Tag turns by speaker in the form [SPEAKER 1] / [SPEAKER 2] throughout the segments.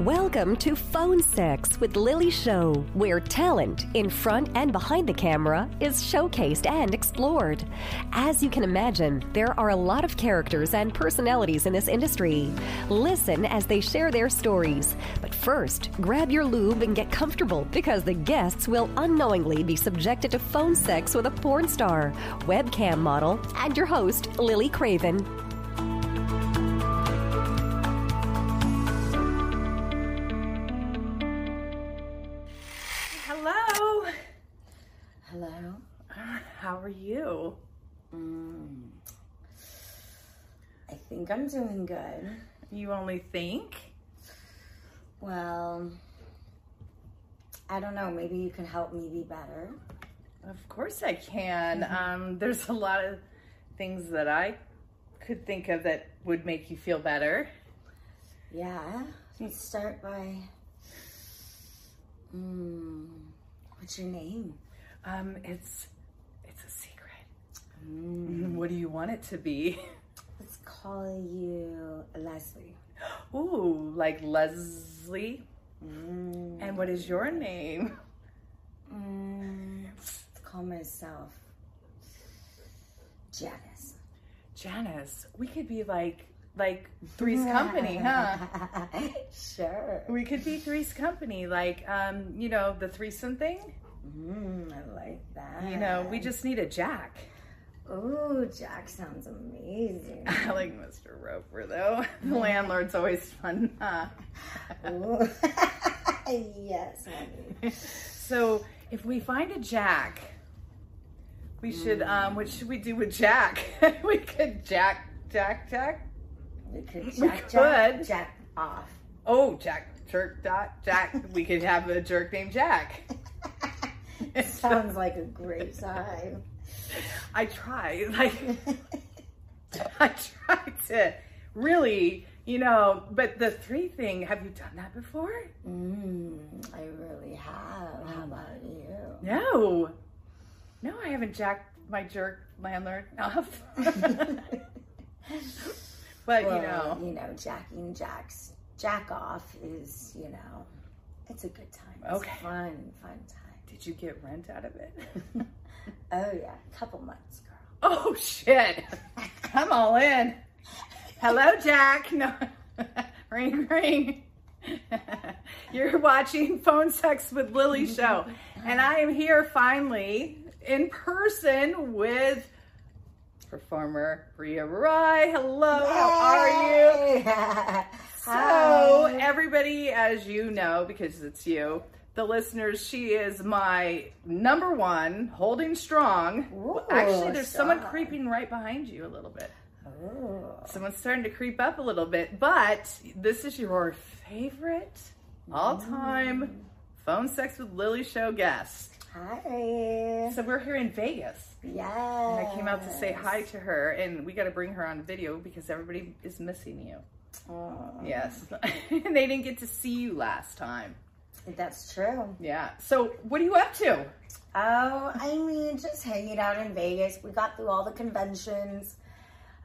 [SPEAKER 1] Welcome to Phone Sex with Lily Show, where talent in front and behind the camera is showcased and explored. As you can imagine, there are a lot of characters and personalities in this industry. Listen as they share their stories. But first, grab your lube and get comfortable because the guests will unknowingly be subjected to phone sex with a porn star, webcam model, and your host, Lily Craven.
[SPEAKER 2] Hello.
[SPEAKER 3] Hello.
[SPEAKER 2] How are you?
[SPEAKER 3] I think I'm doing good.
[SPEAKER 2] You only think?
[SPEAKER 3] Well, I don't know. Maybe you can help me be better.
[SPEAKER 2] Of course I can. Um, there's a lot of things that I could think of that would make you feel better.
[SPEAKER 3] Yeah. Let's start by. Mm, what's your name?
[SPEAKER 2] Um, it's it's a secret. What do you want it to be?
[SPEAKER 3] Let's call you Leslie.
[SPEAKER 2] Ooh, like Leslie. And what is your name?
[SPEAKER 3] Mm, let's call myself Janice.
[SPEAKER 2] Janice. We could be like like Three's Company, huh?
[SPEAKER 3] sure.
[SPEAKER 2] We could be Three's Company, like um, you know, the threesome thing.
[SPEAKER 3] Mm, I like that.
[SPEAKER 2] You know, we just need a Jack.
[SPEAKER 3] Ooh, Jack sounds amazing.
[SPEAKER 2] I like Mr. Roper though. The landlord's always fun. huh?
[SPEAKER 3] Ooh. yes, honey.
[SPEAKER 2] So if we find a Jack, we should um what should we do with Jack? we could Jack Jack Jack
[SPEAKER 3] We could jack, jack,
[SPEAKER 2] could.
[SPEAKER 3] jack off.
[SPEAKER 2] Oh Jack Jerk dot Jack. we could have a jerk named Jack.
[SPEAKER 3] Sounds like a great time.
[SPEAKER 2] I tried. Like I tried to really, you know, but the three thing, have you done that before?
[SPEAKER 3] Mm, I really have.
[SPEAKER 2] Mm.
[SPEAKER 3] How about you?
[SPEAKER 2] No. No, I haven't jacked my jerk landlord off. but you
[SPEAKER 3] Well,
[SPEAKER 2] know.
[SPEAKER 3] you know, jacking jacks, jack off is, you know, it's a good time. It's
[SPEAKER 2] Okay.
[SPEAKER 3] fun, fun time.
[SPEAKER 2] Did you get rent out of it?
[SPEAKER 3] Oh yeah, couple months, girl.
[SPEAKER 2] oh shit. I'm all in. Hello, Jack. No. ring ring. You're watching Phone Sex with Lily show. And I am here finally in person with performer Rhea Rai. Hello, how are you? So,
[SPEAKER 3] Hi.
[SPEAKER 2] everybody, as you know, because it's you, the listeners, she is my number one, holding strong.
[SPEAKER 3] Ooh,
[SPEAKER 2] Actually, there's someone
[SPEAKER 3] strong.
[SPEAKER 2] creeping right behind you a little bit.
[SPEAKER 3] Ooh.
[SPEAKER 2] Someone's starting to creep up a little bit, but this is your favorite all time phone sex with Lily show guest.
[SPEAKER 3] Hi.
[SPEAKER 2] So, we're here in Vegas.
[SPEAKER 3] Yeah.
[SPEAKER 2] I came out to say hi to her, and we got to bring her on video because everybody is missing you. Yes. and they didn't get to see you last time.
[SPEAKER 3] That's true.
[SPEAKER 2] Yeah. So what are you up to?
[SPEAKER 3] Oh, I mean, just hanging out in Vegas. We got through all the conventions.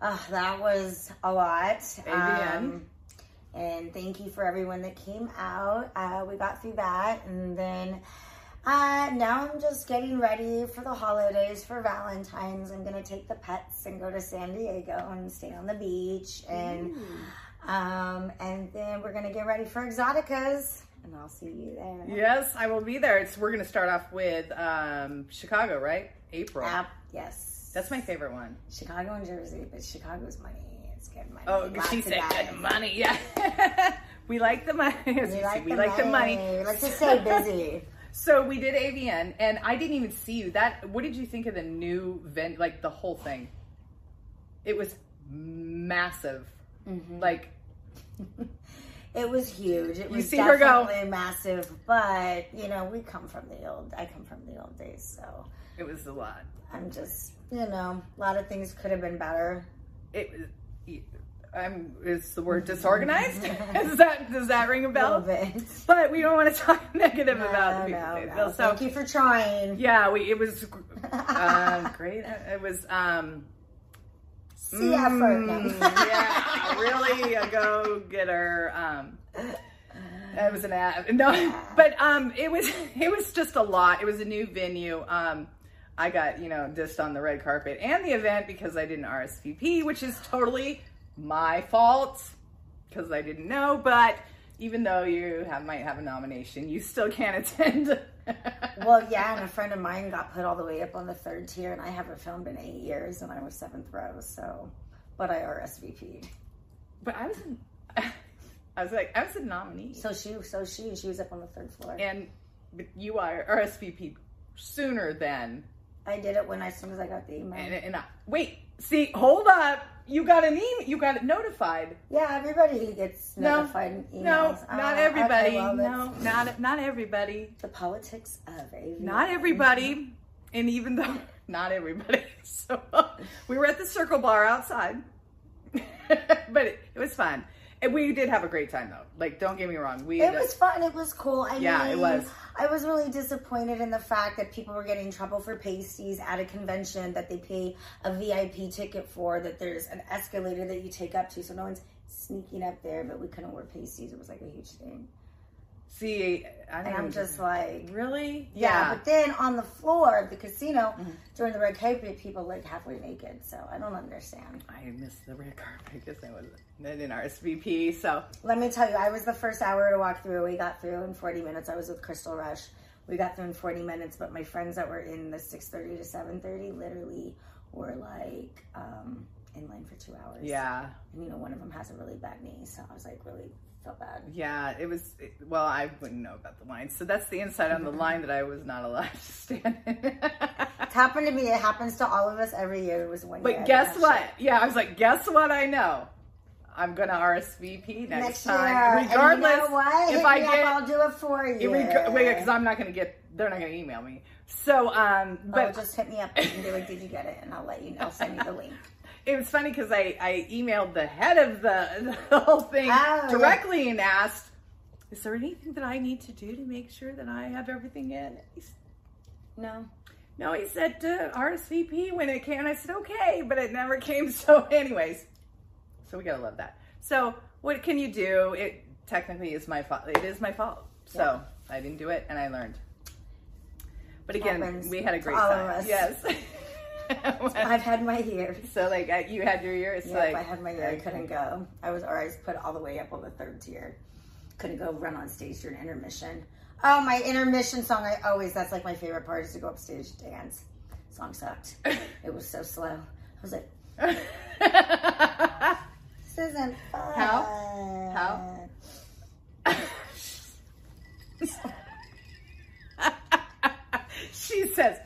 [SPEAKER 3] Ugh, that was a lot. Um,
[SPEAKER 2] AVN.
[SPEAKER 3] and thank you for everyone that came out. Uh, we got through that. And then uh, now I'm just getting ready for the holidays, for Valentine's. I'm going to take the pets and go to San Diego and stay on the beach. And, um, and then we're going to get ready for Exoticas. And I'll see you there.
[SPEAKER 2] Yes, I will be there. It's we're gonna start off with um, Chicago, right? April.
[SPEAKER 3] App- yes.
[SPEAKER 2] That's my favorite one.
[SPEAKER 3] Chicago and Jersey, but Chicago's money. It's good money.
[SPEAKER 2] Oh,
[SPEAKER 3] Lots
[SPEAKER 2] she
[SPEAKER 3] of
[SPEAKER 2] said
[SPEAKER 3] guys.
[SPEAKER 2] good money. Yeah. we like the money. As
[SPEAKER 3] We
[SPEAKER 2] you
[SPEAKER 3] like,
[SPEAKER 2] see, we
[SPEAKER 3] the,
[SPEAKER 2] like the
[SPEAKER 3] money.
[SPEAKER 2] money.
[SPEAKER 3] Let's just stay busy.
[SPEAKER 2] So we did AVN, and I didn't even see you. That. What did you think of the new vent? Like the whole thing. It was massive.
[SPEAKER 3] Mm-hmm.
[SPEAKER 2] Like
[SPEAKER 3] It was huge. It was
[SPEAKER 2] see her go.
[SPEAKER 3] definitely massive, but you know, we come from the old. I come from the old days, so
[SPEAKER 2] it was a lot.
[SPEAKER 3] I'm just, you know, a lot of things could have been better.
[SPEAKER 2] It. was- I'm. Is the word disorganized? Is that does that ring a
[SPEAKER 3] A
[SPEAKER 2] bell?
[SPEAKER 3] little bit.
[SPEAKER 2] but we don't want to talk negative
[SPEAKER 3] No,
[SPEAKER 2] about the people
[SPEAKER 3] no,
[SPEAKER 2] they
[SPEAKER 3] no.
[SPEAKER 2] feel.
[SPEAKER 3] Thank
[SPEAKER 2] So
[SPEAKER 3] you for trying.
[SPEAKER 2] yeah, we it was um, great. It was um,
[SPEAKER 3] See ya
[SPEAKER 2] Mm.
[SPEAKER 3] for
[SPEAKER 2] yeah, really a go getter. Um, It was an ad. No, but um, it was it was just a lot. It was a new venue. Um, I got you know dissed on the red carpet and the event because I didn't RSVP, which is totally my fault because I didn't know. But even though you have might have a nomination, you still can't attend.
[SPEAKER 3] Well, yeah, and a friend of mine got put all the way up on the third tier, and I haven't filmed in eight years, and I was seventh row, so, but I RSVP'd.
[SPEAKER 2] but I was, in, I was like, I was a nominee,
[SPEAKER 3] So she, so she, she was up on the third floor.
[SPEAKER 2] and but you are RSVP sooner than
[SPEAKER 3] I did it when I, as soon as I got the email.
[SPEAKER 2] and, and I, wait. See, hold up. You got an email. You got it notified.
[SPEAKER 3] yeah, everybody gets notified in emails.
[SPEAKER 2] No,
[SPEAKER 3] Ah,
[SPEAKER 2] not
[SPEAKER 3] okay,
[SPEAKER 2] everybody.
[SPEAKER 3] well, that's
[SPEAKER 2] no, not not everybody.
[SPEAKER 3] The politics of AV.
[SPEAKER 2] Not everybody. And even though not everybody, so we were at the Circle Bar outside, but it, it was fun. And we did have a great time though. Like, don't get me wrong. We
[SPEAKER 3] It was fun. It was cool. I
[SPEAKER 2] Yeah, it
[SPEAKER 3] mean,
[SPEAKER 2] was.
[SPEAKER 3] I was really disappointed in the fact that people were getting in trouble for pasties at a convention that they pay a VIP ticket for. That there's an escalator that you take up to, so no one's sneaking up there. But we couldn't wear pasties. It was like a huge thing.
[SPEAKER 2] see. I
[SPEAKER 3] And
[SPEAKER 2] think
[SPEAKER 3] I'm just like,
[SPEAKER 2] really
[SPEAKER 3] yeah. But then on the floor of the casino
[SPEAKER 2] Mm-hmm.
[SPEAKER 3] during the red carpet, people like halfway naked. So I don't understand.
[SPEAKER 2] I missed the red carpet because I was not in RSVP. So
[SPEAKER 3] Let me tell you, I was the first hour to walk through. We got through in 40 minutes. I was with Crystal Rush. We got through in 40 minutes, but my friends that were in the 6:30 to 7:30 literally were like um, in line for two hours.
[SPEAKER 2] yeah,
[SPEAKER 3] and you know one of them has a really bad knee, so I was like really felt bad.
[SPEAKER 2] Yeah, it was. It, well, I wouldn't know about the line, so that's the inside on the line that I was not allowed to stand in.
[SPEAKER 3] It happened to me. It happens to all of us every year. It was one. year I
[SPEAKER 2] but
[SPEAKER 3] did
[SPEAKER 2] guess
[SPEAKER 3] that
[SPEAKER 2] what?
[SPEAKER 3] shit.
[SPEAKER 2] Yeah, I was like, guess what? I know. I'm gonna RSVP next,
[SPEAKER 3] Next year,
[SPEAKER 2] time,
[SPEAKER 3] and you know
[SPEAKER 2] regardless
[SPEAKER 3] what?
[SPEAKER 2] if
[SPEAKER 3] Hit
[SPEAKER 2] I
[SPEAKER 3] me
[SPEAKER 2] get.
[SPEAKER 3] up, I'll do it for you.
[SPEAKER 2] because I'm not gonna get. They're not gonna email me. So, um,
[SPEAKER 3] Oh,
[SPEAKER 2] but
[SPEAKER 3] just hit me up and be like, "Did you get it?" And I'll let you know. I'll send you the link.
[SPEAKER 2] it was funny because I, I emailed the head of the, the whole thing
[SPEAKER 3] Oh, yeah.
[SPEAKER 2] directly and asked, "Is there anything that I need to do to make sure that I have everything in?" He said,
[SPEAKER 3] No.
[SPEAKER 2] No, he said to RSVP when it came. And I said, okay, but it never came. So, anyways, so we gotta love that. So, what can you do? It technically is my fault. It is my fault. So I didn't do it, and I learned. But again,
[SPEAKER 3] Happens
[SPEAKER 2] we had a
[SPEAKER 3] to
[SPEAKER 2] great
[SPEAKER 3] all of
[SPEAKER 2] time.
[SPEAKER 3] us.
[SPEAKER 2] Yes.
[SPEAKER 3] I've had my year.
[SPEAKER 2] so, like, I- you had your year. It's
[SPEAKER 3] Yeah,
[SPEAKER 2] like
[SPEAKER 3] if I had my year, I couldn't go. I was always put all the way up on the third tier. Couldn't go run on stage during intermission. Oh, my intermission song! I always that's like my favorite part is to go up stage dance. Song sucked. it was so slow. I was like, this isn't fun.
[SPEAKER 2] How? How? she says,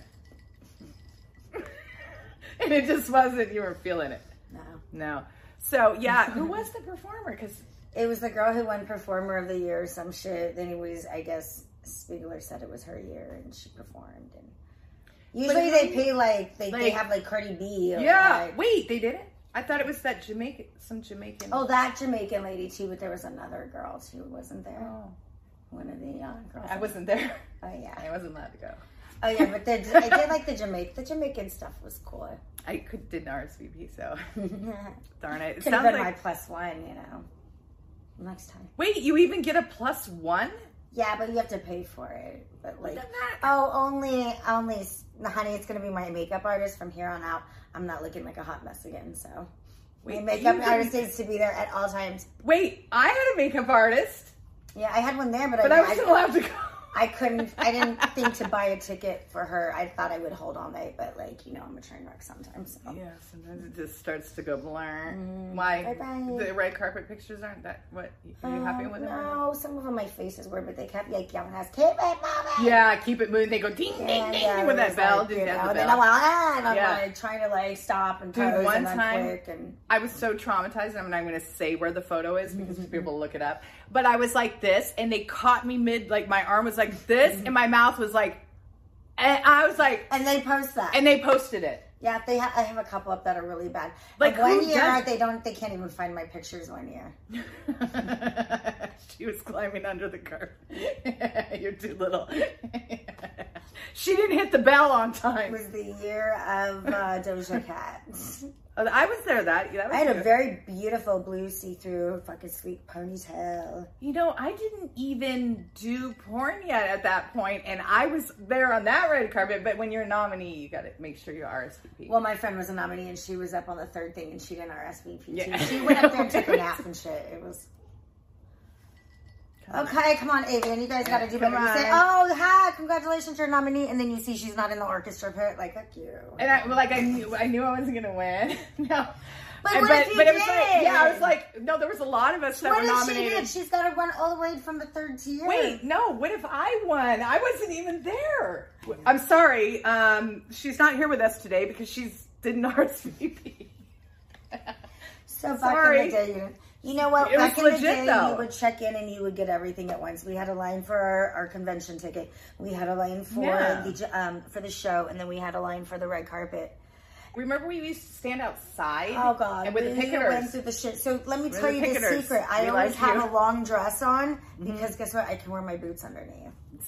[SPEAKER 2] and it just wasn't. You were feeling it.
[SPEAKER 3] No.
[SPEAKER 2] No. So yeah, who was the performer? Because
[SPEAKER 3] It was the girl who won Performer of the Year or some shit. Anyways, I guess Spiegler said it was her year and she performed. And usually they pay like they, they
[SPEAKER 2] like-
[SPEAKER 3] have like Cardi B. Or
[SPEAKER 2] yeah,
[SPEAKER 3] like-
[SPEAKER 2] wait, they did it. I thought it was that Jamaican, some Jamaican.
[SPEAKER 3] Oh, that Jamaican lady too, but there was another girl too, wasn't there?
[SPEAKER 2] Oh.
[SPEAKER 3] One of the uh, girls.
[SPEAKER 2] I wasn't there.
[SPEAKER 3] Oh yeah.
[SPEAKER 2] I wasn't allowed to go.
[SPEAKER 3] Oh yeah, but the, I did like the Jamaican. The Jamaican stuff was cool.
[SPEAKER 2] I could didn't RSVP. So
[SPEAKER 3] Could
[SPEAKER 2] darn it. It
[SPEAKER 3] have
[SPEAKER 2] sounds
[SPEAKER 3] been
[SPEAKER 2] like
[SPEAKER 3] my plus one, you know. Next time.
[SPEAKER 2] wait, you even get a plus one.
[SPEAKER 3] Yeah, but you have to pay for it. But like,
[SPEAKER 2] Doesn't that-
[SPEAKER 3] oh, only, only, s- honey, it's gonna be my makeup artist from here on out. I'm not looking like a hot mess again. So my
[SPEAKER 2] Wait,
[SPEAKER 3] makeup
[SPEAKER 2] you can-
[SPEAKER 3] artist needs to be there at all times.
[SPEAKER 2] Wait, I had a makeup artist,
[SPEAKER 3] Yeah, I had one there, but,
[SPEAKER 2] but
[SPEAKER 3] I,
[SPEAKER 2] I wasn't
[SPEAKER 3] I,
[SPEAKER 2] allowed to go.
[SPEAKER 3] I couldn't. I didn't think to buy a ticket for her. I thought I would hold all night, but like you know, I'm a train wreck sometimes. So.
[SPEAKER 2] Yeah, sometimes it just starts to go blur. Why
[SPEAKER 3] Mm. bye-bye. Oh,
[SPEAKER 2] the red carpet pictures aren't that? What are you happy with? them or not?
[SPEAKER 3] No, some of them my face is weird, but they kept like yelling at us, "Keep it moving!"
[SPEAKER 2] Yeah, keep it moving. They go ding ding
[SPEAKER 3] And,
[SPEAKER 2] ding
[SPEAKER 3] yeah,
[SPEAKER 2] with
[SPEAKER 3] it
[SPEAKER 2] that
[SPEAKER 3] was,
[SPEAKER 2] bell.
[SPEAKER 3] like,
[SPEAKER 2] Did
[SPEAKER 3] you
[SPEAKER 2] you
[SPEAKER 3] know,
[SPEAKER 2] have the
[SPEAKER 3] then I'm
[SPEAKER 2] bell?
[SPEAKER 3] like, ah, and I'm
[SPEAKER 2] Yeah.
[SPEAKER 3] like trying to like stop and
[SPEAKER 2] Dude,
[SPEAKER 3] pose
[SPEAKER 2] one
[SPEAKER 3] and then
[SPEAKER 2] time-
[SPEAKER 3] click and
[SPEAKER 2] I was so traumatized. I'm not going to say where the photo is because people look it up. But I was like this, and they caught me mid. Like my arm was like this, and my mouth was like, and I was like,
[SPEAKER 3] and they post that.
[SPEAKER 2] and they posted it.
[SPEAKER 3] yeah, they ha- I have a couple up that are really bad.
[SPEAKER 2] Like,
[SPEAKER 3] Like
[SPEAKER 2] who
[SPEAKER 3] one year,
[SPEAKER 2] does-
[SPEAKER 3] they don't. They can't even find my pictures one year.
[SPEAKER 2] she was climbing under the curb. You're too little. She didn't hit the bell on time.
[SPEAKER 3] was the year of uh, Doja Cat.
[SPEAKER 2] Oh, I was there that. that was
[SPEAKER 3] I had a
[SPEAKER 2] you.
[SPEAKER 3] very beautiful blue see-through fucking sweet ponytail.
[SPEAKER 2] You know, I didn't even do porn yet at that point, and I was there on that red carpet. But when you're a nominee, you got to make sure you RSVP.
[SPEAKER 3] Well, my friend was a nominee and she was up on the third thing and she didn't RSVP.
[SPEAKER 2] Yeah.
[SPEAKER 3] She went up there and took a nap and shit. It was. Okay, come on, Avian. You guys gotta do better. You say, oh, hi, congratulations, you're a nominee. And then you see she's not in the orchestra pit. Like, fuck you.
[SPEAKER 2] and I well, like I knew I knew I wasn't gonna win. no,
[SPEAKER 3] But
[SPEAKER 2] And-
[SPEAKER 3] what if you
[SPEAKER 2] it was like
[SPEAKER 3] did?
[SPEAKER 2] yeah, I was like no, there was a lot of us that
[SPEAKER 3] What
[SPEAKER 2] were
[SPEAKER 3] if she did?
[SPEAKER 2] nominated.
[SPEAKER 3] She's gotta run all the way from the third tier.
[SPEAKER 2] Wait, no, what if I won? I wasn't even there. I'm sorry. Um, she's not here with us today because she's didn't RSVP.
[SPEAKER 3] So back in
[SPEAKER 2] Sorry.
[SPEAKER 3] the day, you, didn't- you know what?
[SPEAKER 2] It was
[SPEAKER 3] back in
[SPEAKER 2] legit,
[SPEAKER 3] the day,
[SPEAKER 2] though.
[SPEAKER 3] you would check in and you would get everything at once. We had a line for our, our convention ticket. We had a line for
[SPEAKER 2] Yeah.
[SPEAKER 3] the j- um, for the show, and then we had a line for the red carpet.
[SPEAKER 2] Remember, we used to stand outside.
[SPEAKER 3] Oh God!
[SPEAKER 2] and with the
[SPEAKER 3] we went
[SPEAKER 2] picketers.
[SPEAKER 3] through the shit. So let me
[SPEAKER 2] We're
[SPEAKER 3] tell
[SPEAKER 2] the
[SPEAKER 3] you this
[SPEAKER 2] picketers.
[SPEAKER 3] secret. I
[SPEAKER 2] We
[SPEAKER 3] always
[SPEAKER 2] like
[SPEAKER 3] have
[SPEAKER 2] you. Mm-hmm.
[SPEAKER 3] a long dress on because guess what? I can wear my boots underneath.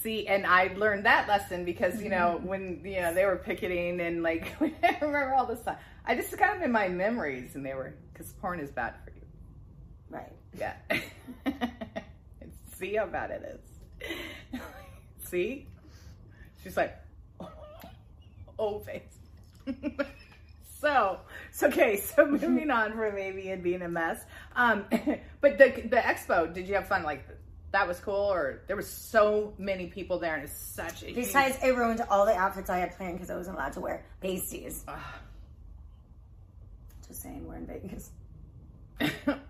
[SPEAKER 2] See, and I learned that lesson because you know
[SPEAKER 3] Mm-hmm.
[SPEAKER 2] when you know they were picketing and like I remember all this time. I just got them in my memories, and they were because porn is bad for you.
[SPEAKER 3] Right.
[SPEAKER 2] Yeah. And See how bad it is. See? She's like, oh, face. so, so, okay, so moving on from maybe and being a mess. Um, but the, the expo, did you have fun? Like, that was cool, or there was so many people there, and it's such a huge-
[SPEAKER 3] Besides, it ruined all the outfits I had planned because I wasn't allowed to wear pasties. Just saying, we're in Vegas.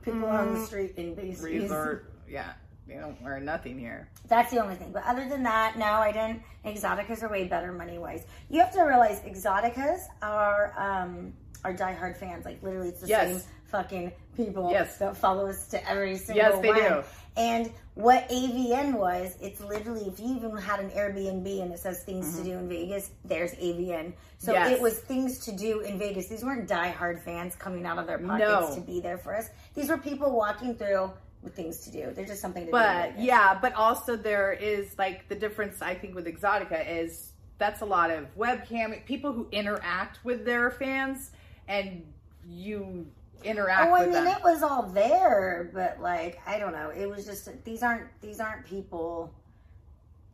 [SPEAKER 3] People on the street in pasties.
[SPEAKER 2] resort. Yeah, they don't wear nothing here.
[SPEAKER 3] That's the only thing. But other than that, no, I didn't. Exoticas are way better money wise. You have to realize Exoticas are um are diehard fans. Like literally, it's the
[SPEAKER 2] Yes.
[SPEAKER 3] same fucking people
[SPEAKER 2] Yes.
[SPEAKER 3] that follow us to every single
[SPEAKER 2] Yes, they
[SPEAKER 3] one.
[SPEAKER 2] do.
[SPEAKER 3] And what AVN was, it's literally if you even had an Airbnb and it says things to do in Vegas, there's AVN. So
[SPEAKER 2] Mm-hmm. Yes.
[SPEAKER 3] it was things to do in Vegas. These weren't diehard fans coming out of their pockets
[SPEAKER 2] No.
[SPEAKER 3] to be there for us. These were people walking through with things to do. They're just something to do. in
[SPEAKER 2] But
[SPEAKER 3] Vegas.
[SPEAKER 2] yeah, but also there is like the difference I think with Exotica is that's a lot of webcam people who interact with their fans and you interact
[SPEAKER 3] Oh, I
[SPEAKER 2] with
[SPEAKER 3] mean,
[SPEAKER 2] them.
[SPEAKER 3] it was all there, but like, I don't know. It was just these aren't these aren't people.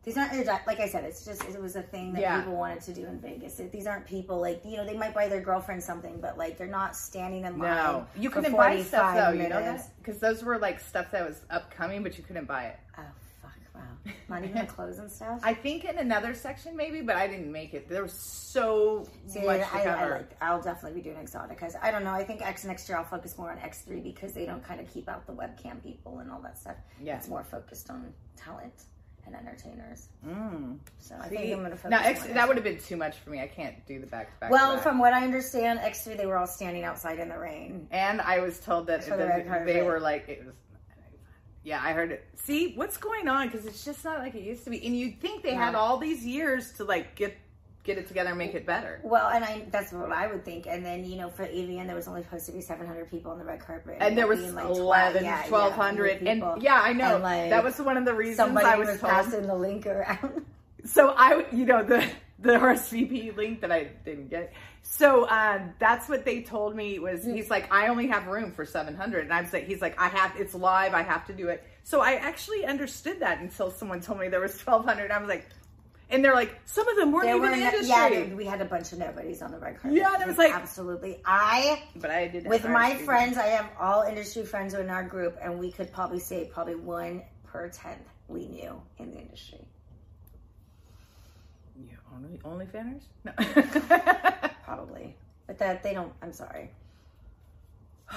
[SPEAKER 3] These aren't like I said. It's just it was a thing that
[SPEAKER 2] Yeah.
[SPEAKER 3] people wanted to do in Vegas. It- These aren't people like you know they might buy their girlfriend something, but like they're not standing in line.
[SPEAKER 2] no, you
[SPEAKER 3] for
[SPEAKER 2] couldn't buy stuff
[SPEAKER 3] 45
[SPEAKER 2] though, you know
[SPEAKER 3] minutes.
[SPEAKER 2] that because those were like stuff that was upcoming, but you couldn't buy it.
[SPEAKER 3] Oh fuck! Wow, not even the clothes and stuff.
[SPEAKER 2] I think in another section maybe, but I didn't make it. There was so
[SPEAKER 3] Dude,
[SPEAKER 2] much to
[SPEAKER 3] I, I
[SPEAKER 2] cover.
[SPEAKER 3] like, I'll definitely be doing exotic because I don't know. I think X next year I'll focus more on X three because they don't kind of keep out the webcam people and all that stuff.
[SPEAKER 2] Yeah.
[SPEAKER 3] it's more focused on talent and entertainers. Mm. So I think I'm gonna focus.
[SPEAKER 2] now X,
[SPEAKER 3] more on
[SPEAKER 2] that would have been too much for me. I can't do the back to back.
[SPEAKER 3] Well, from what I understand, X three they were all standing outside in the rain.
[SPEAKER 2] And I was told that
[SPEAKER 3] for the
[SPEAKER 2] the-
[SPEAKER 3] red carpet.
[SPEAKER 2] they were like, it was. Yeah, I heard it. See what's going on because it's just not like it used to be. And you'd think they had all these years to like get get it together and make it better.
[SPEAKER 3] Well, and I that's what I would think. And then you know for AVN there was only supposed to be 700 people on the red carpet,
[SPEAKER 2] And there was
[SPEAKER 3] being, like,
[SPEAKER 2] 11,
[SPEAKER 3] twi- yeah, yeah,
[SPEAKER 2] 1,200.
[SPEAKER 3] people.
[SPEAKER 2] and yeah, I know.
[SPEAKER 3] And, like,
[SPEAKER 2] that was one of the reasons
[SPEAKER 3] Somebody
[SPEAKER 2] I
[SPEAKER 3] was,
[SPEAKER 2] was told.
[SPEAKER 3] passing the link around.
[SPEAKER 2] so I, you know, the the RSVP link that I didn't get. So uh, that's what they told me was he's like, I only have room for seven hundred, and I'm like, he's like, I have it's live, I have to do it. So I actually understood that until someone told me there was twelve hundred. I was like, and they're like, some of them weren't
[SPEAKER 3] There
[SPEAKER 2] even
[SPEAKER 3] were no-
[SPEAKER 2] industry,
[SPEAKER 3] yeah, dude, we had a bunch of nobodies on the red carpet.
[SPEAKER 2] Yeah, there was, like-
[SPEAKER 3] absolutely. I
[SPEAKER 2] but I did
[SPEAKER 3] with my
[SPEAKER 2] RSVP.
[SPEAKER 3] friends, I have all industry friends in our group, and we could probably say probably one per tenth we knew in the industry.
[SPEAKER 2] You only only fanners. No.
[SPEAKER 3] probably. But that they don't. I'm sorry.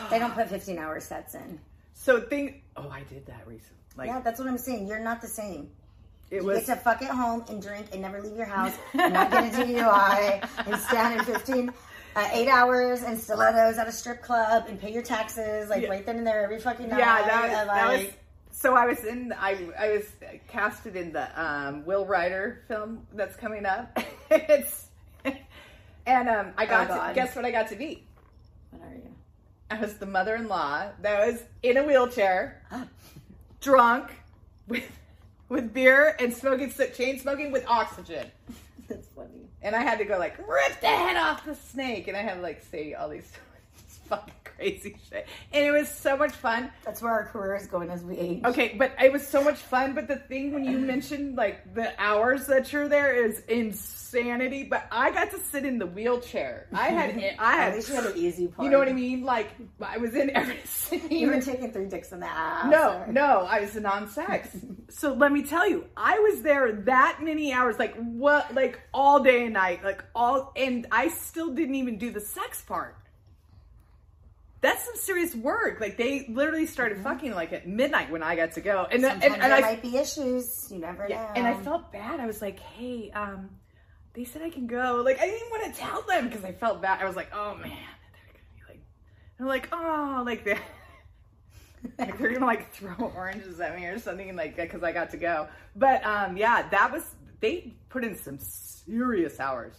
[SPEAKER 3] They don't put 15 hour sets in.
[SPEAKER 2] so thing. Oh, I did that recently. Like
[SPEAKER 3] Yeah, that's what I'm saying. You're not the same.
[SPEAKER 2] it
[SPEAKER 3] You get
[SPEAKER 2] was.
[SPEAKER 3] to fuck at home and drink and never leave your house. You're not gonna DUI and stand in 15, uh, eight hours in stilettos at a strip club and pay your taxes like right then and there every fucking night.
[SPEAKER 2] Yeah, that,
[SPEAKER 3] and,
[SPEAKER 2] that was.
[SPEAKER 3] like,
[SPEAKER 2] So I was in. I I was casted in the um, Will Ryder film that's coming up. it's and um, I got to,
[SPEAKER 3] Oh, God.
[SPEAKER 2] guess what I got to be.
[SPEAKER 3] What are you?
[SPEAKER 2] I was the mother-in-law that was in a wheelchair, drunk, with with beer and smoking chain smoking with oxygen. And I had to go like rip the head off the snake, and I had to like say all these fucking crazy shit, and it was so much fun.
[SPEAKER 3] That's where our career is going as we age.
[SPEAKER 2] Okay, but it was so much fun. But the thing when you mentioned like the hours that you're there is insanity. But I got to sit in the wheelchair. I had I
[SPEAKER 3] At
[SPEAKER 2] had
[SPEAKER 3] least you had an easy part.
[SPEAKER 2] you know what I mean? Like I was in every
[SPEAKER 3] You were
[SPEAKER 2] scene.
[SPEAKER 3] taking three dicks in the ass.
[SPEAKER 2] No,
[SPEAKER 3] or-
[SPEAKER 2] no, I was a non-sex. so let me tell you, I was there that many hours, like what, like all day and night, like all, and I still didn't even do the sex part. That's some serious work. Like they literally started fucking like at midnight when I got to go, and and,
[SPEAKER 3] Sometimes
[SPEAKER 2] and
[SPEAKER 3] there
[SPEAKER 2] I
[SPEAKER 3] might be issues. You never
[SPEAKER 2] yeah,
[SPEAKER 3] know.
[SPEAKER 2] and I felt bad. I was like, hey, um, they said I can go. Like, I didn't want to tell them because I felt bad. I was like, oh man, they're gonna be like, I'm like, oh, like they, like they're gonna like throw oranges at me or something like that because I got to go. But um, yeah, that was they put in some serious hours.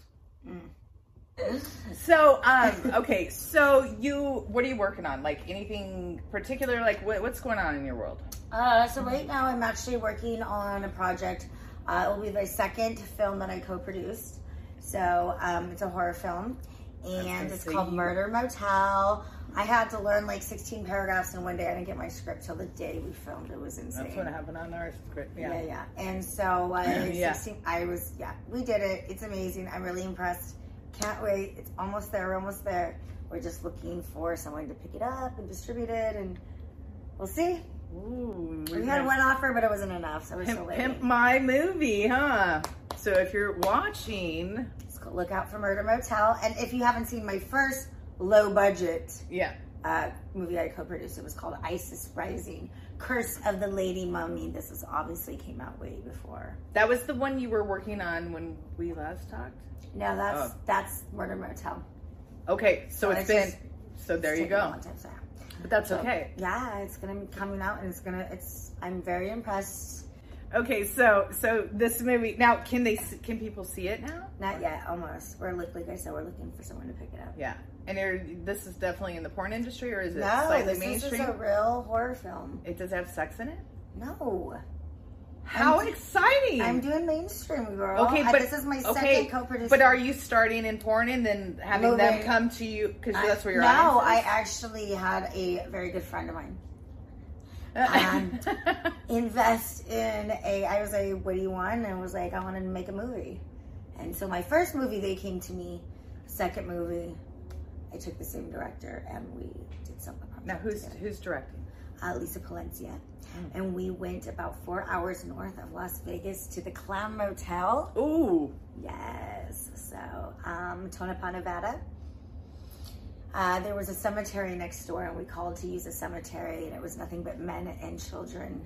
[SPEAKER 2] So um, okay, so you, what are you working on? Like anything particular? Like what, what's going on in your world?
[SPEAKER 3] Uh, so right now I'm actually working on a project. Uh, it will be the second film that I co-produced. So um, it's a horror film, and it's called Murder Motel. I had to learn like 16 paragraphs in one day. I didn't get my script till the day we filmed. It was insane.
[SPEAKER 2] That's what happened on our script.
[SPEAKER 3] yeah, yeah. And so uh,
[SPEAKER 2] Yeah.
[SPEAKER 3] 16, I was, yeah, we did it. It's amazing. I'm really impressed. Can't wait. It's almost there. We're almost there. We're just looking for someone to pick it up and distribute it, and we'll see.
[SPEAKER 2] Ooh,
[SPEAKER 3] We had one offer, but it wasn't enough, so we're still
[SPEAKER 2] Pimp,
[SPEAKER 3] waiting.
[SPEAKER 2] Pimp my movie, huh? So if you're watching,
[SPEAKER 3] Let's go look out for Murder Motel. And if you haven't seen my first low budget
[SPEAKER 2] yeah,
[SPEAKER 3] uh, movie I co-produced, it was called Isis Rising: Curse of the Lady Mummy. This is obviously came out way before.
[SPEAKER 2] that was the one you were working on when we last talked.
[SPEAKER 3] No, that's
[SPEAKER 2] Oh.
[SPEAKER 3] that's Murder Motel.
[SPEAKER 2] Okay, so
[SPEAKER 3] Oh,
[SPEAKER 2] it's
[SPEAKER 3] it's
[SPEAKER 2] been.
[SPEAKER 3] just-
[SPEAKER 2] So there
[SPEAKER 3] It's
[SPEAKER 2] you
[SPEAKER 3] taken a
[SPEAKER 2] go.
[SPEAKER 3] long time, so-
[SPEAKER 2] But that's okay.
[SPEAKER 3] Yeah, it's gonna be coming out, and it's gonna. It's. I'm very impressed.
[SPEAKER 2] Okay, so so this movie now can they s- can people see it now?
[SPEAKER 3] Not yet, almost. We're like, like I said, we're looking for someone to pick it up.
[SPEAKER 2] Yeah, and they're- this is definitely in the porn industry, or is it
[SPEAKER 3] No,
[SPEAKER 2] slightly
[SPEAKER 3] this
[SPEAKER 2] mainstream?
[SPEAKER 3] is just a real horror film.
[SPEAKER 2] It does have sex in it.
[SPEAKER 3] No.
[SPEAKER 2] How
[SPEAKER 3] I'm-
[SPEAKER 2] exciting!
[SPEAKER 3] I'm doing mainstream, girl.
[SPEAKER 2] Okay,
[SPEAKER 3] Oh, I-
[SPEAKER 2] but
[SPEAKER 3] this is my
[SPEAKER 2] okay,
[SPEAKER 3] second co-producer.
[SPEAKER 2] But are you starting in porn and then having them
[SPEAKER 3] Moving.
[SPEAKER 2] come to you because
[SPEAKER 3] I-
[SPEAKER 2] that's where you're
[SPEAKER 3] No, I
[SPEAKER 2] at?
[SPEAKER 3] actually had a very good friend of mine invest in a. I was like, "What do you want?" And I was like, "I wanted to make a movie." And so my first movie, they came to me. Second movie, I took the same director and we did something.
[SPEAKER 2] now Hmm. who's who's directing?
[SPEAKER 3] uh, Lisa Palencia, and we went about four hours north of Las Vegas to the Clown Motel.
[SPEAKER 2] Ooh,
[SPEAKER 3] Yes. So, um, Tonopah, Nevada. Uh, there was a cemetery next door, and we called to use the cemetery, and it was nothing but men and children.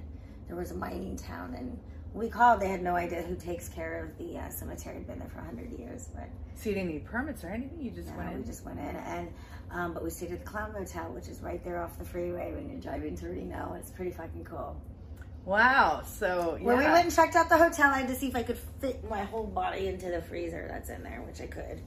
[SPEAKER 3] There was a mining town, and we called. They had no idea who takes care of the uh, cemetery. It'd been there for 100 years, but
[SPEAKER 2] so you didn't need permits or anything. You just
[SPEAKER 3] uh,
[SPEAKER 2] went
[SPEAKER 3] we
[SPEAKER 2] in.
[SPEAKER 3] just went in. And um, but we stayed at the Clown Motel, which is right there off the freeway when you're driving to Reno. It's pretty fucking cool.
[SPEAKER 2] Wow. So yeah.
[SPEAKER 3] When we went and checked out the hotel, I had to see if I could fit my whole body into the freezer that's in there, which I could.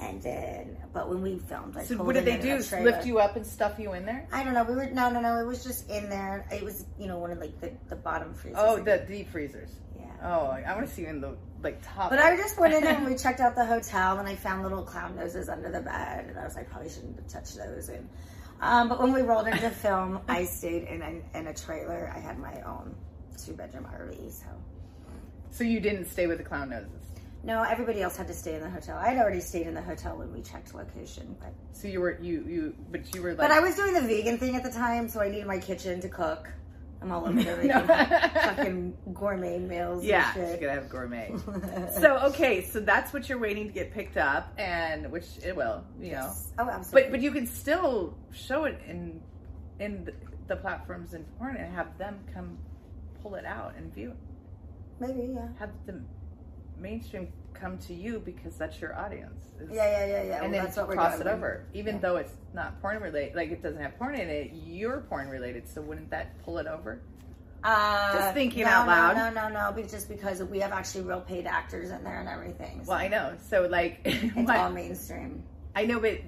[SPEAKER 3] And then, but when we filmed, I
[SPEAKER 2] so
[SPEAKER 3] pulled
[SPEAKER 2] what did
[SPEAKER 3] in
[SPEAKER 2] they
[SPEAKER 3] in a
[SPEAKER 2] do?
[SPEAKER 3] trailer.
[SPEAKER 2] Lift you up and stuff you in there?
[SPEAKER 3] I don't know. We were no, no, no. It was just in there. It was you know one of like the, the bottom freezers.
[SPEAKER 2] Oh,
[SPEAKER 3] I
[SPEAKER 2] the
[SPEAKER 3] guess.
[SPEAKER 2] deep freezers.
[SPEAKER 3] yeah.
[SPEAKER 2] Oh, I, want to see you in the like top.
[SPEAKER 3] But I just went in there and we checked out the hotel, and I found little clown noses under the bed, and I was like, probably shouldn't have touched those. And um, but when we rolled into film, I stayed in an, in a trailer. I had my own two bedroom RV, so.
[SPEAKER 2] so you didn't stay with the clown noses.
[SPEAKER 3] No, everybody else had to stay in the hotel. I'd already stayed in the hotel when we checked location, but
[SPEAKER 2] So you were you you but you were like.
[SPEAKER 3] but I was doing the vegan thing at the time, so I needed my kitchen to cook. I'm all over the
[SPEAKER 2] No.
[SPEAKER 3] fucking gourmet meals.
[SPEAKER 2] yeah,
[SPEAKER 3] and
[SPEAKER 2] she's
[SPEAKER 3] shit.
[SPEAKER 2] gonna have gourmet. so okay, so that's what you're waiting to get picked up, and which it will, you know.
[SPEAKER 3] Oh,
[SPEAKER 2] But
[SPEAKER 3] absolutely.
[SPEAKER 2] but you can still show it in in the, the platforms in porn and have them come pull it out and view it.
[SPEAKER 3] Maybe yeah.
[SPEAKER 2] have the mainstream come to you because that's your audience. It's-
[SPEAKER 3] Yeah, yeah, yeah, yeah.
[SPEAKER 2] And
[SPEAKER 3] well,
[SPEAKER 2] then
[SPEAKER 3] that's what we're
[SPEAKER 2] cross
[SPEAKER 3] doing.
[SPEAKER 2] it over, even
[SPEAKER 3] yeah.
[SPEAKER 2] though it's not porn related, like it doesn't have porn in it. You're porn related, so wouldn't that pull it over?
[SPEAKER 3] Uh,
[SPEAKER 2] Just thinking
[SPEAKER 3] no,
[SPEAKER 2] out loud.
[SPEAKER 3] No, no, no, no. But just because we have actually real paid actors in there and everything. So
[SPEAKER 2] Well, I know. So like,
[SPEAKER 3] it's
[SPEAKER 2] what-
[SPEAKER 3] all mainstream.
[SPEAKER 2] I know, but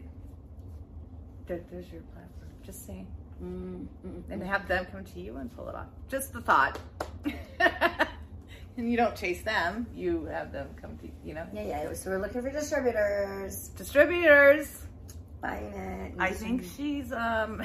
[SPEAKER 2] there, there's your platform. Just saying,
[SPEAKER 3] Mm, mm, mm.
[SPEAKER 2] and have them come to you and pull it off. Just the thought. And you don't chase them. You have them come to you know
[SPEAKER 3] Yeah, yeah. So we're looking for distributors.
[SPEAKER 2] distributors.
[SPEAKER 3] Buying it.
[SPEAKER 2] I think she's um.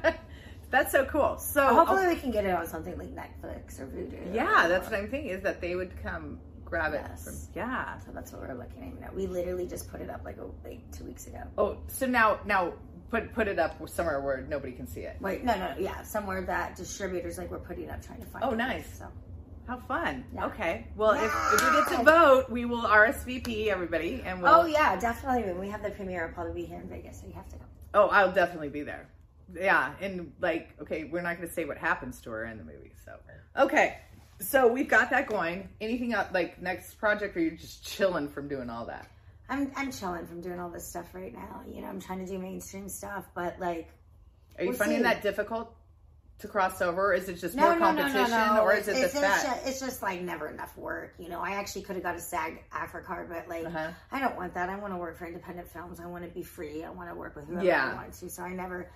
[SPEAKER 2] that's so cool. So
[SPEAKER 3] Oh, Hopefully we can get it on something like Netflix or Vudu.
[SPEAKER 2] Oh, yeah, that's what I'm thinking is that they would come grab it.
[SPEAKER 3] Yes.
[SPEAKER 2] From, yeah.
[SPEAKER 3] So that's what we're looking at. now. We literally just put it up like a, like two weeks ago.
[SPEAKER 2] Oh, so now now put put it up somewhere where nobody can see it.
[SPEAKER 3] Wait, no, no, yeah, somewhere that distributors like we're putting up trying to find.
[SPEAKER 2] Oh,
[SPEAKER 3] it.
[SPEAKER 2] nice.
[SPEAKER 3] So
[SPEAKER 2] How fun.
[SPEAKER 3] Yeah.
[SPEAKER 2] Okay. Well, if, if we get to vote, we will RSVP everybody and we'll
[SPEAKER 3] Oh yeah, definitely. When we have the premiere, I'll probably be here in Vegas, so you have to go.
[SPEAKER 2] Oh, I'll definitely be there. Yeah, and like, okay, we're not going to say what happens to her in the movie. So, okay, so we've got that going. Anything else, like next project, or you're just chilling from doing all that?
[SPEAKER 3] I'm I'm chilling from doing all this stuff right now. You know, I'm trying to do mainstream stuff, but like
[SPEAKER 2] Are you
[SPEAKER 3] We'll
[SPEAKER 2] finding
[SPEAKER 3] see.
[SPEAKER 2] that difficult to cross over? Is it just
[SPEAKER 3] no,
[SPEAKER 2] more
[SPEAKER 3] no, no,
[SPEAKER 2] competition,
[SPEAKER 3] no, no.
[SPEAKER 2] or is it
[SPEAKER 3] it's,
[SPEAKER 2] the
[SPEAKER 3] it's,
[SPEAKER 2] fact?
[SPEAKER 3] just, it's just like never enough work. You know, I actually could have got a SAG AFRA card, but like
[SPEAKER 2] Uh-huh.
[SPEAKER 3] I don't want that. I want to work for independent films. I want to be free. I want to work with whoever
[SPEAKER 2] Yeah.
[SPEAKER 3] I want to. So I never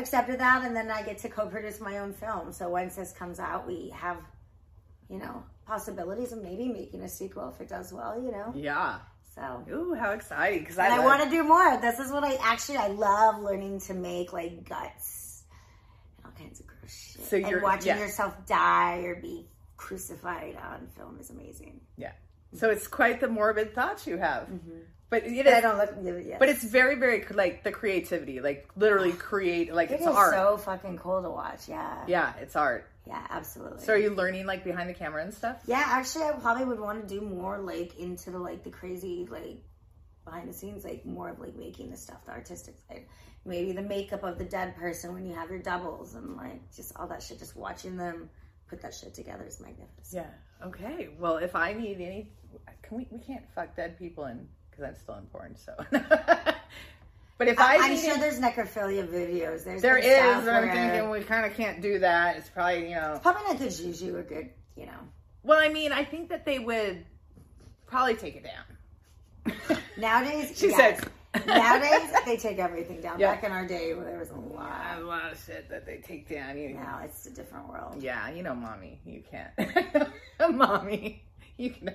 [SPEAKER 3] accepted that, and then I get to co-produce my own film. So once this comes out, we have you know possibilities of maybe making a sequel if it does well. You know,
[SPEAKER 2] Yeah.
[SPEAKER 3] so
[SPEAKER 2] Ooh, how exciting! Because I,
[SPEAKER 3] and I
[SPEAKER 2] love-
[SPEAKER 3] want to do more. This is what I actually I love learning to make like guts and all kinds of gross shit.
[SPEAKER 2] So you're-
[SPEAKER 3] and watching
[SPEAKER 2] yeah.
[SPEAKER 3] yourself die or be crucified on film is amazing.
[SPEAKER 2] Yeah. So it's quite the morbid thoughts you have, but it
[SPEAKER 3] But Mm-hmm. I
[SPEAKER 2] is-
[SPEAKER 3] don't look give it yet.
[SPEAKER 2] But it's very, very like the creativity, like literally create, like
[SPEAKER 3] it
[SPEAKER 2] it's
[SPEAKER 3] is
[SPEAKER 2] art.
[SPEAKER 3] so fucking cool to watch. Yeah, yeah,
[SPEAKER 2] yeah, it's art.
[SPEAKER 3] absolutely.
[SPEAKER 2] So are you learning like behind the camera and stuff?
[SPEAKER 3] yeah, actually, I probably would want to do more like into the like the crazy like behind the scenes, like more of like making the stuff, the artistic side. Maybe the makeup of the dead person when you have your doubles and like just all that shit. Just watching them put that shit together is magnificent.
[SPEAKER 2] Yeah. Okay. Well, if I need any, can we? We can't fuck dead people in because I'm still in porn. So. but if I,
[SPEAKER 3] I am
[SPEAKER 2] need,
[SPEAKER 3] sure there's necrophilia videos. There's
[SPEAKER 2] there
[SPEAKER 3] good
[SPEAKER 2] is,
[SPEAKER 3] stuff
[SPEAKER 2] but I'm
[SPEAKER 3] where-
[SPEAKER 2] thinking we kind of can't do that. It's probably you know.
[SPEAKER 3] probably not good juju or good, you know.
[SPEAKER 2] Well, I mean, I think that they would probably take it down.
[SPEAKER 3] Nowadays,
[SPEAKER 2] she
[SPEAKER 3] yes.
[SPEAKER 2] said.
[SPEAKER 3] Nowadays they take everything down.
[SPEAKER 2] Yeah.
[SPEAKER 3] Back in our day, there was a lot.
[SPEAKER 2] A lot of shit that they take down. You, yeah.
[SPEAKER 3] Now it's a different world.
[SPEAKER 2] you know, mommy, you can't. mommy, you can,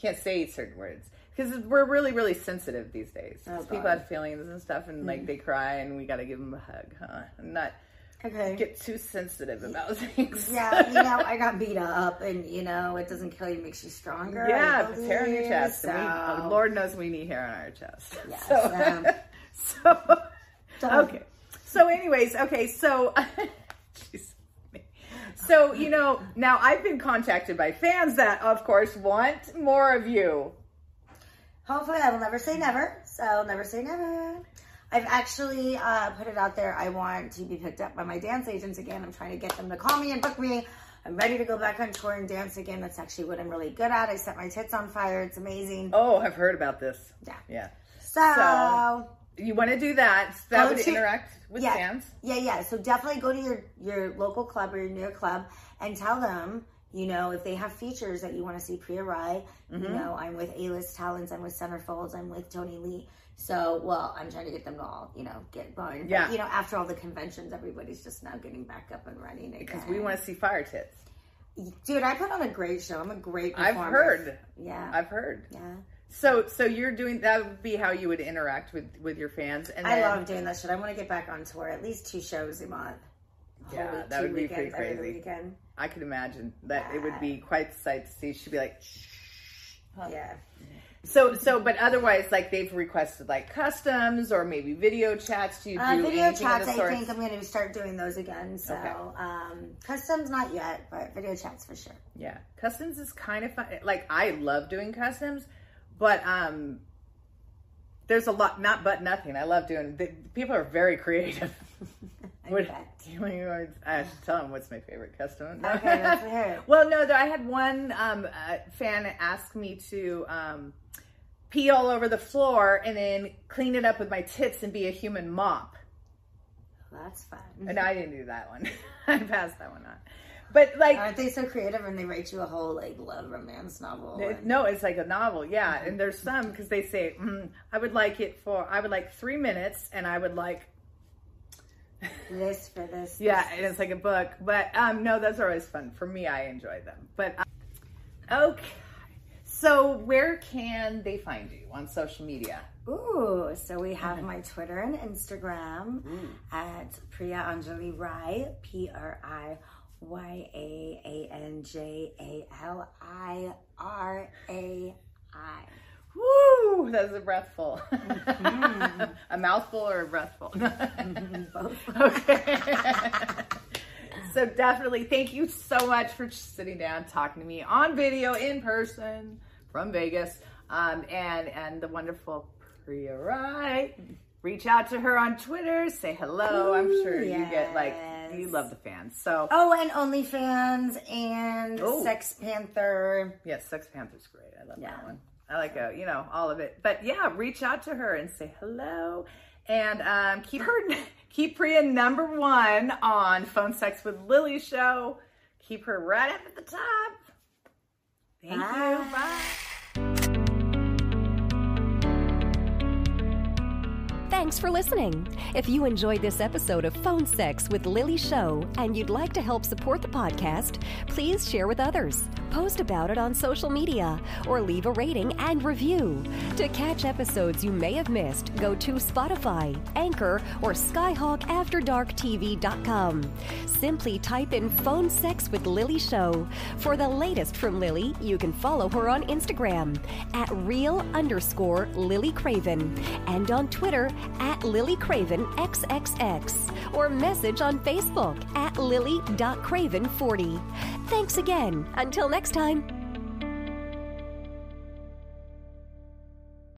[SPEAKER 2] can't say certain words because we're really, really sensitive these days. 'Cause
[SPEAKER 3] Oh,
[SPEAKER 2] people
[SPEAKER 3] God. Mm.
[SPEAKER 2] have feelings and stuff, and like they cry, and we got to give them a hug, huh? And not
[SPEAKER 3] Okay.
[SPEAKER 2] get too sensitive about things.
[SPEAKER 3] yeah, you know, I got beat up, and you know, it doesn't kill you, it makes you stronger.
[SPEAKER 2] yeah,
[SPEAKER 3] I
[SPEAKER 2] if it's hair on your
[SPEAKER 3] believe,
[SPEAKER 2] chest. and we-
[SPEAKER 3] so- um,
[SPEAKER 2] oh, Lord knows we need hair on our chest.
[SPEAKER 3] Yeah,
[SPEAKER 2] so, so okay. So, anyways, okay, so, jeez. so you know, now I've been contacted by fans that, of course, want more of you.
[SPEAKER 3] Hopefully, I will never say never. So never say never. I've actually uh, put it out there. I want to be picked up by my dance agents again. I'm trying to get them to call me and book me. I'm ready to go back on tour and dance again. That's actually what I'm really good at. I set my tits on fire. It's amazing.
[SPEAKER 2] Oh, I've heard about this.
[SPEAKER 3] Yeah.
[SPEAKER 2] Yeah.
[SPEAKER 3] so,
[SPEAKER 2] so- You want to do that? so that
[SPEAKER 3] Go
[SPEAKER 2] would
[SPEAKER 3] to-
[SPEAKER 2] interact with
[SPEAKER 3] yeah,
[SPEAKER 2] fans.
[SPEAKER 3] yeah, yeah. So definitely go to your your local club or your near club and tell them. You know, if they have features that you want to see Priya Rai, you
[SPEAKER 2] Mm-hmm.
[SPEAKER 3] know, I'm with A-list talents, I'm with Centerfolds, I'm with Tony Lee. So, well, I'm trying to get them to all, you know, get going. But,
[SPEAKER 2] Yeah.
[SPEAKER 3] you know, after all the conventions, everybody's just now getting back up and running again.
[SPEAKER 2] Because we want to see fire tits.
[SPEAKER 3] Dude, I put on a great show. I'm a great
[SPEAKER 2] I've
[SPEAKER 3] performer.
[SPEAKER 2] heard.
[SPEAKER 3] Yeah.
[SPEAKER 2] I've heard.
[SPEAKER 3] yeah.
[SPEAKER 2] So, so you're doing that would be how you would interact with with your fans, and
[SPEAKER 3] I
[SPEAKER 2] then,
[SPEAKER 3] love doing that shit. I want to get back on tour. At least two shows a month. A whole
[SPEAKER 2] Yeah,
[SPEAKER 3] week,
[SPEAKER 2] that
[SPEAKER 3] two
[SPEAKER 2] would be pretty
[SPEAKER 3] weekends, every other
[SPEAKER 2] crazy.
[SPEAKER 3] Weekend.
[SPEAKER 2] I could imagine that it would be quite the sight to see. She'd be like,
[SPEAKER 3] Yeah.
[SPEAKER 2] so, so, but otherwise, like they've requested like customs or maybe video chats. Do you do
[SPEAKER 3] Uh, video
[SPEAKER 2] anything
[SPEAKER 3] chats,
[SPEAKER 2] of the
[SPEAKER 3] I
[SPEAKER 2] sort?
[SPEAKER 3] think I'm going to start doing those again. So,
[SPEAKER 2] Okay.
[SPEAKER 3] um, customs, not yet, but video chats for sure.
[SPEAKER 2] Yeah, customs is kind of fun. Like I love doing customs, but um, there's a lot. Not but nothing. I love doing. The, people are very creative. What-
[SPEAKER 3] bet.
[SPEAKER 2] you know, you always- I have to tell them what's my favorite custom.
[SPEAKER 3] Okay, let's hear it.
[SPEAKER 2] Well, no, though I had one um, uh, fan ask me to um, pee all over the floor and then clean it up with my tits and be a human mop.
[SPEAKER 3] That's fun.
[SPEAKER 2] And I didn't do that one. I passed that one on. But like,
[SPEAKER 3] Aren't they so creative when they write you a whole like love romance novel?
[SPEAKER 2] It- no, it's like a novel, yeah. And there's some because they say, mm, "I would like it for, I would like three minutes," and I would like,
[SPEAKER 3] and this for this.
[SPEAKER 2] yeah. And it's like a book, but um, no, those are always fun for me. I enjoy them, but Okay. So where can they find you on social media?
[SPEAKER 3] Ooh, so we
[SPEAKER 2] Mm-hmm.
[SPEAKER 3] have my Twitter and Instagram
[SPEAKER 2] Mm.
[SPEAKER 3] at Priya Anjali Rai, P R I Y A A N J A L I R A I.
[SPEAKER 2] Woo! That's a breathful. a mouthful or a breathful? Okay. so definitely, thank you so much for just sitting down, talking to me on video, in person, from Vegas, um, and and the wonderful Priya Rai. Reach out to her on Twitter. Say hello. I'm sure you get like you
[SPEAKER 3] yes.
[SPEAKER 2] love the fans. So
[SPEAKER 3] Oh, and OnlyFans and
[SPEAKER 2] Oh.
[SPEAKER 3] Sex Panther.
[SPEAKER 2] Yes, Sex Panther's great. I love
[SPEAKER 3] Yeah.
[SPEAKER 2] that one. I like, uh, you know, all of it. But yeah, reach out to her and say hello, and um, keep her, keep Priya number one on Phone Sex with Lily show. Keep her right up at the top. Thank you. Bye.
[SPEAKER 1] Thanks for listening. If you enjoyed this episode of Phone Sex with Lily Show and you'd like to help support the podcast, please share with others, post about it on social media, or leave a rating and review. To catch episodes you may have missed, go to Spotify, Anchor, or SkyhawkAfterDarkTV.com. Simply type in Phone Sex with Lily Show. For the latest from Lily, you can follow her on Instagram at real underscore Lily Craven and on Twitter at Lily Craven XXX or message on Facebook at Lily.Craven40. Thanks again. Until next time.